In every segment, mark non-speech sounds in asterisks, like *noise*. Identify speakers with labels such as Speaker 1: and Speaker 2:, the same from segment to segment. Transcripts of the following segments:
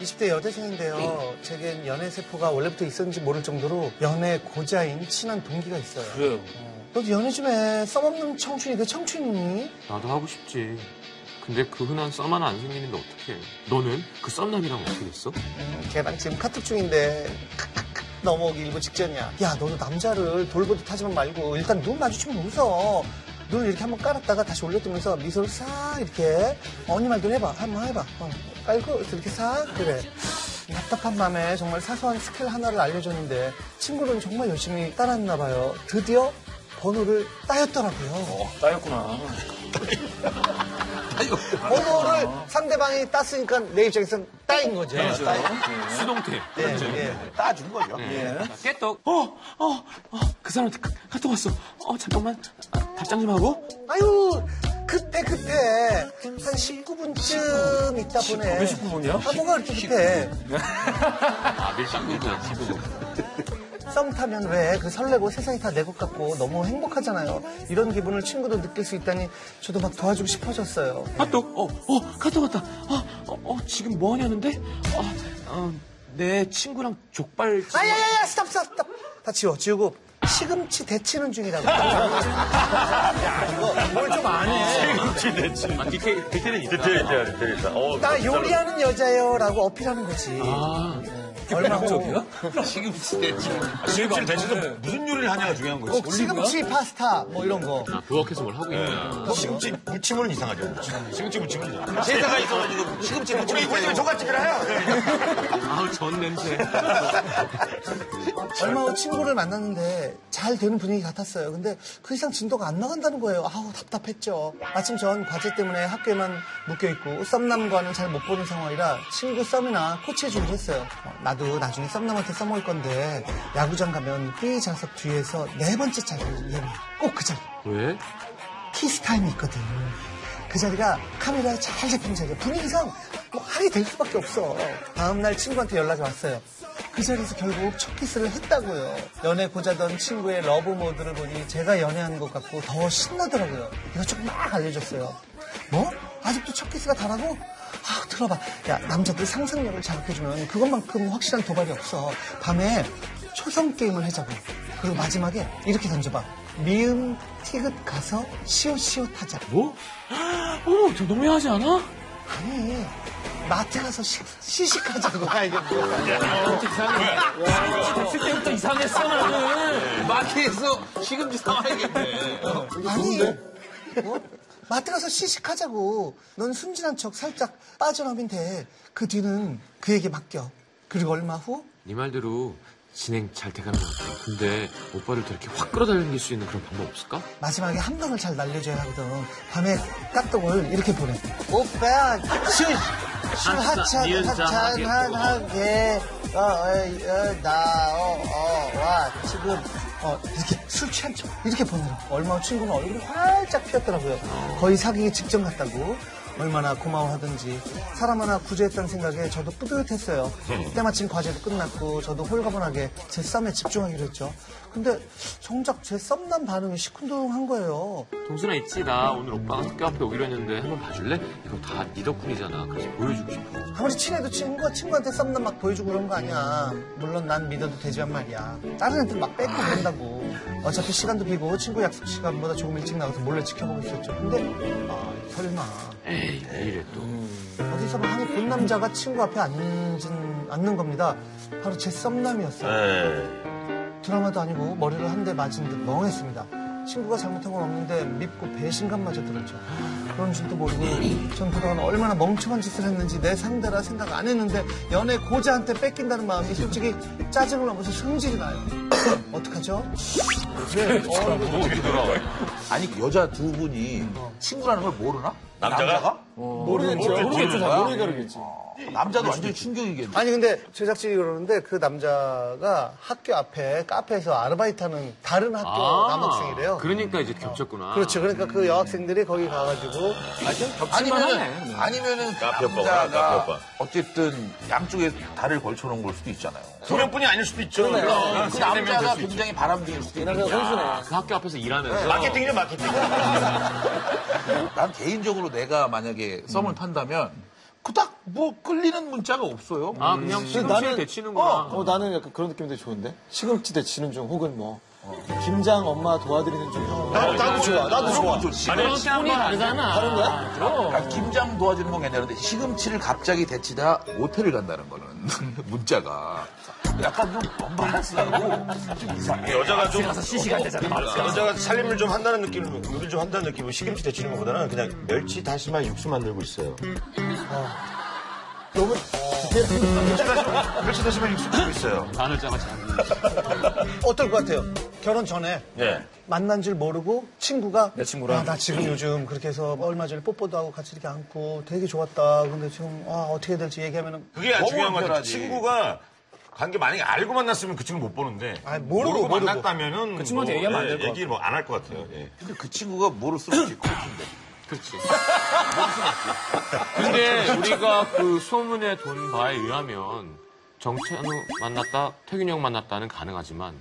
Speaker 1: 20대 여대생인데요.
Speaker 2: 네.
Speaker 1: 제겐 연애 세포가 원래부터 있었는지 모를 정도로 연애 고자인 친한 동기가 있어요.
Speaker 2: 그래요.
Speaker 1: 어, 너도 연애 좀 해. 써먹는 청춘이 그 청춘이니?
Speaker 3: 나도 하고 싶지. 근데 그 흔한 썸 하나 안 생기는데 어떡해. 너는 그 썸남이랑 어떻게 됐어?
Speaker 1: 음, 걔랑 지금 카톡 중인데 넘어오기 일부 직전이야. 야, 너도 남자를 돌보듯 하지만 말고 일단 눈 마주치면 웃어. 눈을 이렇게 한번 깔았다가 다시 올려두면서 미소를 싹 이렇게 언니 말도 해봐. 한번 해봐. 어, 깔고 이렇게 싹 그래. 답답한 마음에 정말 사소한 스킬 하나를 알려줬는데 친구들은 정말 열심히 따라했나 봐요. 드디어 번호를 따였더라고요.
Speaker 2: 어, 따였구나.
Speaker 1: 번호를 상대방이 땄으니까 내 입장에선 따인 거죠.
Speaker 3: 수동태. 그렇죠? 네.
Speaker 1: 예, 예.
Speaker 4: 따준 거죠.
Speaker 3: 깨똑. 어, 어, 어, 그 사람한테 카- 카톡 왔어. 어, 잠깐만. 아, 답장 좀 하고.
Speaker 1: 아유 그때 그때 한 19분쯤 있다 보네.
Speaker 2: 왜 19분 이야?
Speaker 1: 아 뭐가 그렇게 급해?
Speaker 3: 아, 밀당 밀당. 지금.
Speaker 1: 썸 타면 왜 그 설레고 세상이 다 내 것 같고 너무 행복하잖아요. 이런 기분을 친구도 느낄 수 있다니 저도 막 도와주고 싶어졌어요.
Speaker 3: 카톡. 어, 어, 카톡 왔다. 아, 어, 어, 지금 뭐 하냐는데? 아, 어, 내 친구랑 족발. 집-
Speaker 1: 아야야야 스탑 스탑 스탑 다 지워 지우고 시금치 데치는 중이라고.
Speaker 3: 아, 디테일, 디테일은 있다.
Speaker 4: 되겠다, 되겠다. 어,
Speaker 1: 나 요리하는 여자예요라고 어필하는 거지. 네.
Speaker 3: 아,
Speaker 1: 얼마 후
Speaker 3: 어? *laughs*
Speaker 2: 지금 진짜 지금.
Speaker 4: 실질 대체로 무슨 요리를 하냐가 중요한 거지.
Speaker 1: 꼭 시금치 어, 파스타 뭐 이런 거.
Speaker 3: 아, 부엌에서 뭘 하고 있구나.
Speaker 4: 시금치 무침은 이상하죠. 시금치 무침은 이상하죠. 제사가 있어가지고 시금치 무침. 우리 우리 집에 네. 조각집이라 해요.
Speaker 3: 아우, 전 냄새.
Speaker 1: 얼마 후 친구를 만났는데 잘 되는 분위기 같았어요. 근데 그 이상 진도가 안 나간다는 거예요. 아우 답답했죠. 마침 전 과제 때문에 학교에만 묶여 있고 썸남과는 잘 못 보는 상황이라 친구 썸이나 코치해주기로 했어요. 어, 나도 나중에 썸남한테 써먹을 건데 야구장 가면 B 좌석 뒤에서 네 번째 자리 꼭 그 자리
Speaker 3: 왜?
Speaker 1: 키스 타임이 있거든. 그 자리가 카메라에 잘 잡힌 자리야. 분위기상 뭐 하게 될 수밖에 없어. 다음날 친구한테 연락이 왔어요. 그 자리에서 결국 첫 키스를 했다고요. 연애 고자던 친구의 러브 모드를 보니 제가 연애하는 것 같고 더 신나더라고요. 이거 조금 막 알려줬어요. 뭐? 아직도 첫 키스가 다라고? 아, 들어봐. 야, 남자들 상상력을 자극해주면 그것만큼 확실한 도발이 없어. 밤에 초성 게임을 하자고. 그리고 마지막에 이렇게 던져봐. 미음 티귿 가서 시옷시옷 하자.
Speaker 3: 뭐? 어머, 저 너무하지 않아?
Speaker 1: 아니, 마트 가서 시, 시식하자고. 아, 이게 뭐야.
Speaker 3: 됐을 때부터 아, 이상했어, 나는.
Speaker 2: 마트에서 시금치 사와야겠네.
Speaker 1: 아니, 어? 마트 가서 시식하자고. 넌 순진한 척 살짝 빠져나면 돼. 그 뒤는 그에게 맡겨. 그리고 얼마 후
Speaker 3: 네 말대로 진행 잘 돼가는 것 같아. 근데 오빠를 더 이렇게 확 끌어당길 수 있는 그런 방법 없을까?
Speaker 1: 마지막에 한 방을 잘 날려줘야 하거든. 밤에 까똑을 이렇게 보내. 오빠, 술, 술 하차,
Speaker 3: 니은
Speaker 1: 하차,
Speaker 3: 자하게.
Speaker 1: 하게, 어, 어, 어, 나, 어, 어, 와, 지금, 어, 이렇게 술 취한 척, 이렇게 보내라고. 얼마 후 친구는 얼굴이 활짝 피었더라고요.
Speaker 3: 어.
Speaker 1: 거의 사귀기 직전 같다고. 얼마나 고마워하든지 사람 하나 구제했다는 생각에 저도 뿌듯했어요. 때마침 과제도 끝났고 저도 홀가분하게 제 썸에 집중하기로 했죠. 근데 정작 제 썸남 반응이 시큰둥한 거예요.
Speaker 3: 동순아 있지? 나 오늘 오빠가 학교 앞에 오기로 했는데 한번 봐줄래? 이거 다 네 덕분이잖아. 그래서 보여주고 싶어.
Speaker 1: 아무리 친해도 친구가 친구한테 썸남 막 보여주고 그런 거 아니야. 물론 난 믿어도 되지만 말이야. 다른 애들 막 뺏고 그런다고. 어차피 시간도 비고 친구 약속 시간보다 조금 일찍 나가서 몰래 지켜보고 있었죠. 근데 아, 설마
Speaker 3: 에이, 왜 이래 또.
Speaker 1: 어디서 많이 본 남자가 친구 앞에 앉은 앉는 겁니다. 바로 제 썸남이었어요.
Speaker 4: 네.
Speaker 1: 드라마도 아니고 머리를 한 대 맞은 듯 멍했습니다. 친구가 잘못한 건 없는데 밉고 배신감마저 들었죠. 그런 줄도 모르고 전 그동안 얼마나 멍청한 짓을 했는지 내 상대라 생각 안 했는데 연애 고자한테 뺏긴다는 마음이 솔직히 짜증을 넘어서 성질이 나요. *coughs* 어떡하죠? 네, 어,
Speaker 4: 아니 그 여자 두 분이 친구라는 걸 모르나? 남자가? 어.
Speaker 2: 모르겠죠. 모르겠죠. 잘 모르니까 그러겠지.
Speaker 4: 남자도 완전 충격이겠네.
Speaker 1: 아니 근데 제작진이 그러는데 그 남자가 학교 앞에 카페에서 아르바이트하는 다른 학교 남학생이래요.
Speaker 3: 그러니까 이제 겹쳤구나.
Speaker 5: 아.
Speaker 1: 그렇죠. 그러니까 그 여학생들이 거기 가가지고
Speaker 4: 아니면은 아니면은
Speaker 6: 카페 오빠구나, 카페
Speaker 4: 남자가
Speaker 6: 오빠.
Speaker 4: 어쨌든 양쪽에 다를 걸쳐놓은 걸 수도 있잖아요.
Speaker 6: 소년뿐이 아닐 수도 있죠.
Speaker 4: 그 남자가 굉장히 바람둥일 수도 있고
Speaker 3: 그 학교 앞에서 일하면서.
Speaker 1: 네,
Speaker 6: 마케팅이죠, 마케팅.
Speaker 4: 음. 난 개인적으로 내가 만약에 썸을 탄다면
Speaker 7: 그닥 뭐 끌리는 문자가 없어요.
Speaker 8: 아 그냥 시금치를 데치는구나.
Speaker 5: 어, 나는 약간 그런 느낌이 되게 좋은데? 시금치 데치는 중, 혹은 뭐, 김장 엄마 도와드리는 중. 이런 거.
Speaker 7: 나도, 나도 좋아, 나도 좋아.
Speaker 4: 좋지.
Speaker 8: 그런 톤이 다르잖아. 다른 거야?
Speaker 4: 그러니까 김장 도와주는 건 괜찮은데 시금치를 갑자기 데치다 모텔을 간다는 거는 *laughs* 문자가 약간 좀 언밸런스하고 좀 이상해.
Speaker 6: 여자가 좀
Speaker 4: 시시간 되잖아.
Speaker 6: 여자가 살림을 좀 한다는 느낌으로 요리를 좀 한다는 느낌으로 시금치 데치는 것보다는 그냥 멸치 다시마 육수 만들고 있어요.
Speaker 5: 너무
Speaker 6: 멸치 다시마 육수 만들고 있어요.
Speaker 1: 어떨 것 같아요? 결혼 전에
Speaker 6: 네.
Speaker 1: 만난 줄 모르고 친구가 내 친구랑 나 지금 요즘 그렇게 해서 얼마 전에 뽀뽀도 하고 같이 이렇게 안고 되게 좋았다. 근데 지금 아, 어떻게 해야 될지 얘기하면은
Speaker 6: 그게 아주
Speaker 4: 너무
Speaker 6: 중요한 것 같아요.
Speaker 4: 불편하지.
Speaker 6: 친구가 관계 만약에 알고 만났으면 그 친구 못 보는데
Speaker 1: 아니, 모르고, 모르고.
Speaker 6: 만났다면은 그
Speaker 5: 친구한테 얘기하면 안될것
Speaker 6: 얘기 뭐 안 할 것 같아요. 예.
Speaker 4: 근데 그 친구가 뭐를 쓰고 있지? 코치인데.
Speaker 8: 근데 우리가 그 소문에 돈 바에 의하면 정찬우 만났다, 태균이 형 만났다는 가능하지만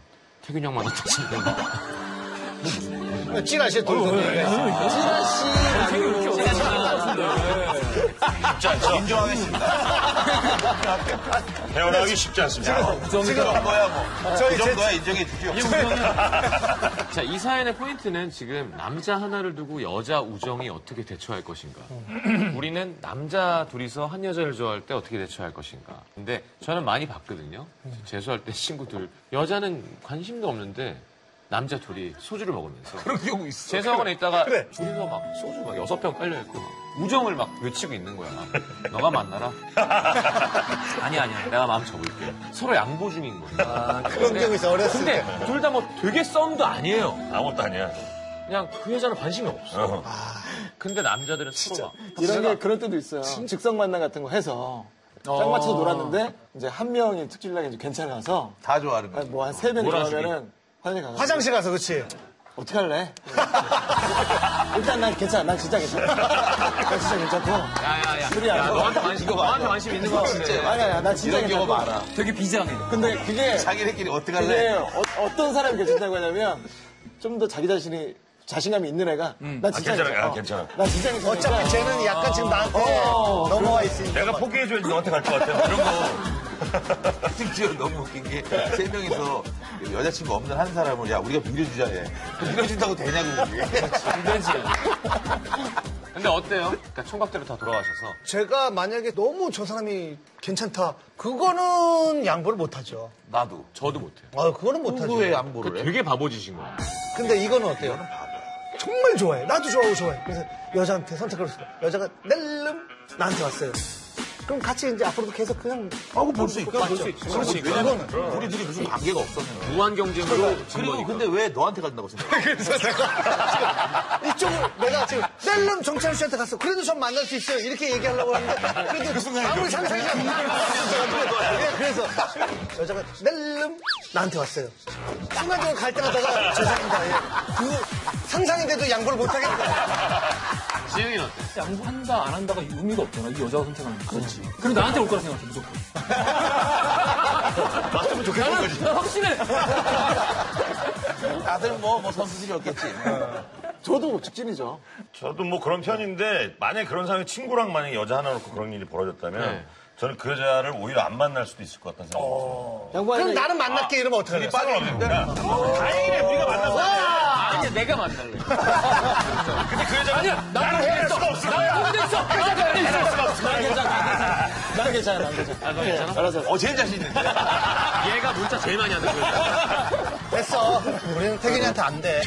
Speaker 8: 태균이 형 만났다 지금.
Speaker 5: 찌라시에 돈 써.
Speaker 6: 대화하기 쉽지 않습니다.
Speaker 4: 그
Speaker 7: 지금 뭐야 뭐. 이 정도야 인정해 주죠.
Speaker 8: 자, 이 사연의 포인트는 지금 남자 하나를 두고 여자 우정이 어떻게 대처할 것인가.
Speaker 4: 음.
Speaker 8: 우리는 남자 둘이서 한 여자를 좋아할 때 어떻게 대처할 것인가. 근데 저는 많이 봤거든요.
Speaker 4: 음.
Speaker 8: 재수할 때 친구들. 여자는 관심도 없는데 남자 둘이 소주를 먹으면서.
Speaker 4: 그런 경우 있어.
Speaker 8: 재수학원에 있다가 둘이서 막 소주 막 여섯 병 깔려있고 막 우정을 막 외치고 있는 거야.
Speaker 4: *laughs*
Speaker 8: 너가 만나라. 아니 아니야. 내가 마음 접을게. 서로 양보 중인 거야.
Speaker 1: 그런 경우 있어, 어렸을
Speaker 8: 근데 둘 다 뭐 되게 썸도 아니에요.
Speaker 6: 아무것도 아니야.
Speaker 8: 그냥 그 여자는 관심이 없어.
Speaker 6: 어.
Speaker 8: 근데 남자들은 서로
Speaker 5: 이런 게 그럴 때도 있어요. 즉석 만남 같은 거 해서.
Speaker 8: 어.
Speaker 5: 짝 맞춰서 놀았는데, 이제 한 명이 특질나게 이제 괜찮아서,
Speaker 4: *laughs* 다 좋아하는 거지.
Speaker 5: 뭐 한 세명 좋아하면은, 화장실 가서.
Speaker 1: 화장실 가서 그치?
Speaker 5: 어떻게
Speaker 1: *laughs*
Speaker 5: 할래? 일단 난 괜찮아. 난 진짜 괜찮아. 난 진짜 괜찮고.
Speaker 8: 야야야.
Speaker 5: 둘이 안 좋아.
Speaker 8: 너한테 관심 너한테 관심 있는 거 같은데.
Speaker 5: 아니, 아니, 나 진짜
Speaker 4: 이런 경우
Speaker 5: 괜찮고.
Speaker 4: 많아.
Speaker 5: 근데 그게,
Speaker 4: 자기네끼리 어떻게
Speaker 5: 그게
Speaker 4: 할래?
Speaker 5: 어, 떤 사람이 괜찮다고 하냐면, 좀 더 자기 자신이, 자신감이 있는 애가, 난 진짜
Speaker 6: 아, 괜찮아.
Speaker 5: 괜찮아.
Speaker 6: 아, 괜찮아.
Speaker 5: 난 진짜 괜찮아.
Speaker 1: 어차피 쟤는 약간 지금 나한테 넘어와 있으니까.
Speaker 6: 내가 포기해줘야지 너한테 갈 것 같아. 이런 거.
Speaker 4: 심지어 너무 웃긴 게 세 명이서 여자친구 없는 한 사람을 야 우리가 빌려주자 해. 빌려준다고 되냐고 그게.
Speaker 8: 안 되지. 근데 어때요? 그러니까 총각대로 다 돌아가셔서
Speaker 1: 제가 만약에 너무 저 사람이 괜찮다. 그거는 양보를 못하죠.
Speaker 4: 나도. 그러니까
Speaker 8: 저도 못해요.
Speaker 1: 아, 그거는 못하죠.
Speaker 4: 누구의 안보를 해?
Speaker 8: 되게 바보지신 거야.
Speaker 1: 근데 이거는 어때요? 정말 좋아해. 나도 좋아하고 좋아해. 그래서 여자한테 선택을 했어요. 여자가 낼름 나한테 왔어요. 그럼 같이 이제 앞으로도 계속 어, 그냥
Speaker 4: 하고 볼 수 있고.
Speaker 1: 그냥
Speaker 4: 볼수
Speaker 1: 맞죠.
Speaker 4: 있지.
Speaker 1: 그렇지.
Speaker 4: 왜냐면
Speaker 1: 그거는
Speaker 4: 우리 둘이 네. 무슨 관계가 없었는데.
Speaker 8: 무한 경쟁으로 진
Speaker 4: 그리고
Speaker 8: 거니까.
Speaker 4: 근데 왜 너한테 간다고 *laughs* 생각해? *laughs*
Speaker 1: 이쪽으로 내가 지금 낼름 정찬우 씨한테 갔어. 그래도 전 만날 수 있어요. 이렇게 얘기하려고 하는데 그래도 아무리 상상이 안 나. 그래서 여자가 낼름 나한테 왔어요. 순간적으로 갈등하다가 죄송합니다. 예. 그 상상이 돼도 양보를 못 하겠다.
Speaker 8: 지영이는 어때?
Speaker 3: 양보한다 안 한다가 의미가 없잖아 이 여자가 선택하는 거 그렇지 그럼 나한테 올 거라 생각해 무조건
Speaker 6: 맞으면 좋겠는 거지.
Speaker 3: 나 확신해
Speaker 4: 다들 뭐, 뭐 선수들이 없겠지.
Speaker 5: 저도 직진이죠.
Speaker 6: 저도 뭐 그런 편인데 만약에 그런 상황에 친구랑 만약에 여자 하나 놓고 그런 일이 벌어졌다면 저는 그 여자를 오히려 안 만날 수도 있을 것 같다는 생각이 들어요.
Speaker 1: 그럼
Speaker 5: 양반이
Speaker 1: 나는 만날게 이러면 어떡해?
Speaker 6: 상관없으니까 다행이네 우리가 만나서
Speaker 3: 아니야 내가 만날래
Speaker 6: 근데 그 여자가
Speaker 3: 아니야 나는 해야 돼
Speaker 6: 수가 없어
Speaker 3: 나는 혼자 있어 그 여자 가만히 있어 나 괜찮아
Speaker 5: 나 괜찮아, 나 괜찮아.
Speaker 8: 아, 너 괜찮아?
Speaker 4: 어, 제일 자신 있는데.
Speaker 8: 얘가 문자 제일 많이 하는 거야.
Speaker 1: 됐어. 우리는 태균이한테 안 돼.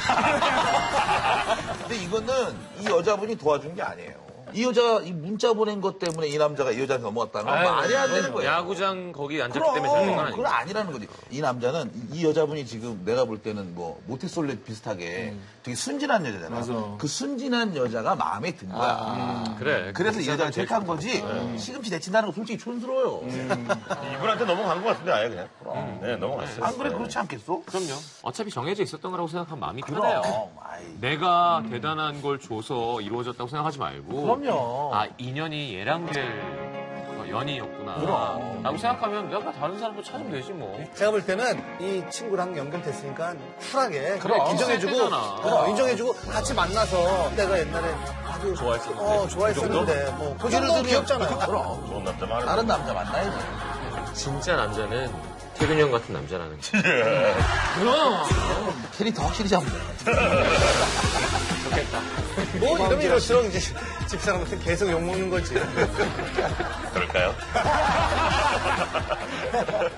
Speaker 4: 근데 이거는 이 여자분이 도와준 게 아니에요. 이 여자, 이 문자 보낸 것 때문에 이 남자가 이 여자한테 넘어갔다는 건 말이 안 되는 거예요.
Speaker 8: 야구장 거기 앉았기 때문에 잘못한 건
Speaker 4: 그럼 그건
Speaker 8: 아니야.
Speaker 4: 아니라는 거지. 이 남자는 이- 이 여자분이 지금 내가 볼 때는 뭐 모태솔레 비슷하게
Speaker 8: 음.
Speaker 4: 되게 순진한 여자잖아. 그 순진한 여자가 마음에 든 거야.
Speaker 8: 아,
Speaker 4: 네,
Speaker 8: 그래.
Speaker 4: 음. 그래서 이 여자를 택한 거지.
Speaker 8: 네.
Speaker 4: 시금치 데친다는 거 솔직히 촌스러워요.
Speaker 8: 음.
Speaker 6: 이분한테 넘어간 것 같은데 아예 그냥 네 넘어갔어요
Speaker 4: 안 그래 그렇지 않겠어?
Speaker 8: 그럼요. 어차피 정해져 있었던 거라고 생각하면 마음이 편해요.
Speaker 4: 그럼. 아이.
Speaker 8: 내가 대단한 걸 줘서 이루어졌다고 생각하지 말고.
Speaker 4: 그럼요.
Speaker 8: 아, 인연이 얘랑 될 어, 연인이었구나. 그럼. 라고 생각하면 내가 다른 사람도 찾으면 되지 뭐.
Speaker 1: 제가 볼 때는 이 친구랑 연결됐으니까 쿨하게
Speaker 8: 그럼,
Speaker 1: 인정해주고
Speaker 8: 쎄잖아.
Speaker 1: 어, 인정해주고 같이 만나서 내가 옛날에 아, 그-
Speaker 8: 좋아했었는데.
Speaker 1: 어, 좋아했었는데. 뭐, 그 정도 귀엽잖아요.
Speaker 4: 그럼
Speaker 6: 좋은 남자 많아.
Speaker 4: 다른 남자 만나야지.
Speaker 8: 진짜 남자는 태균이 형 같은 남자라는 거.
Speaker 4: 캐릭터 확실히 잡네.
Speaker 1: 뭐 이러면 이럴수록 이제 *laughs* 집사람한테 계속 욕먹는 거지.
Speaker 6: 그럴까요?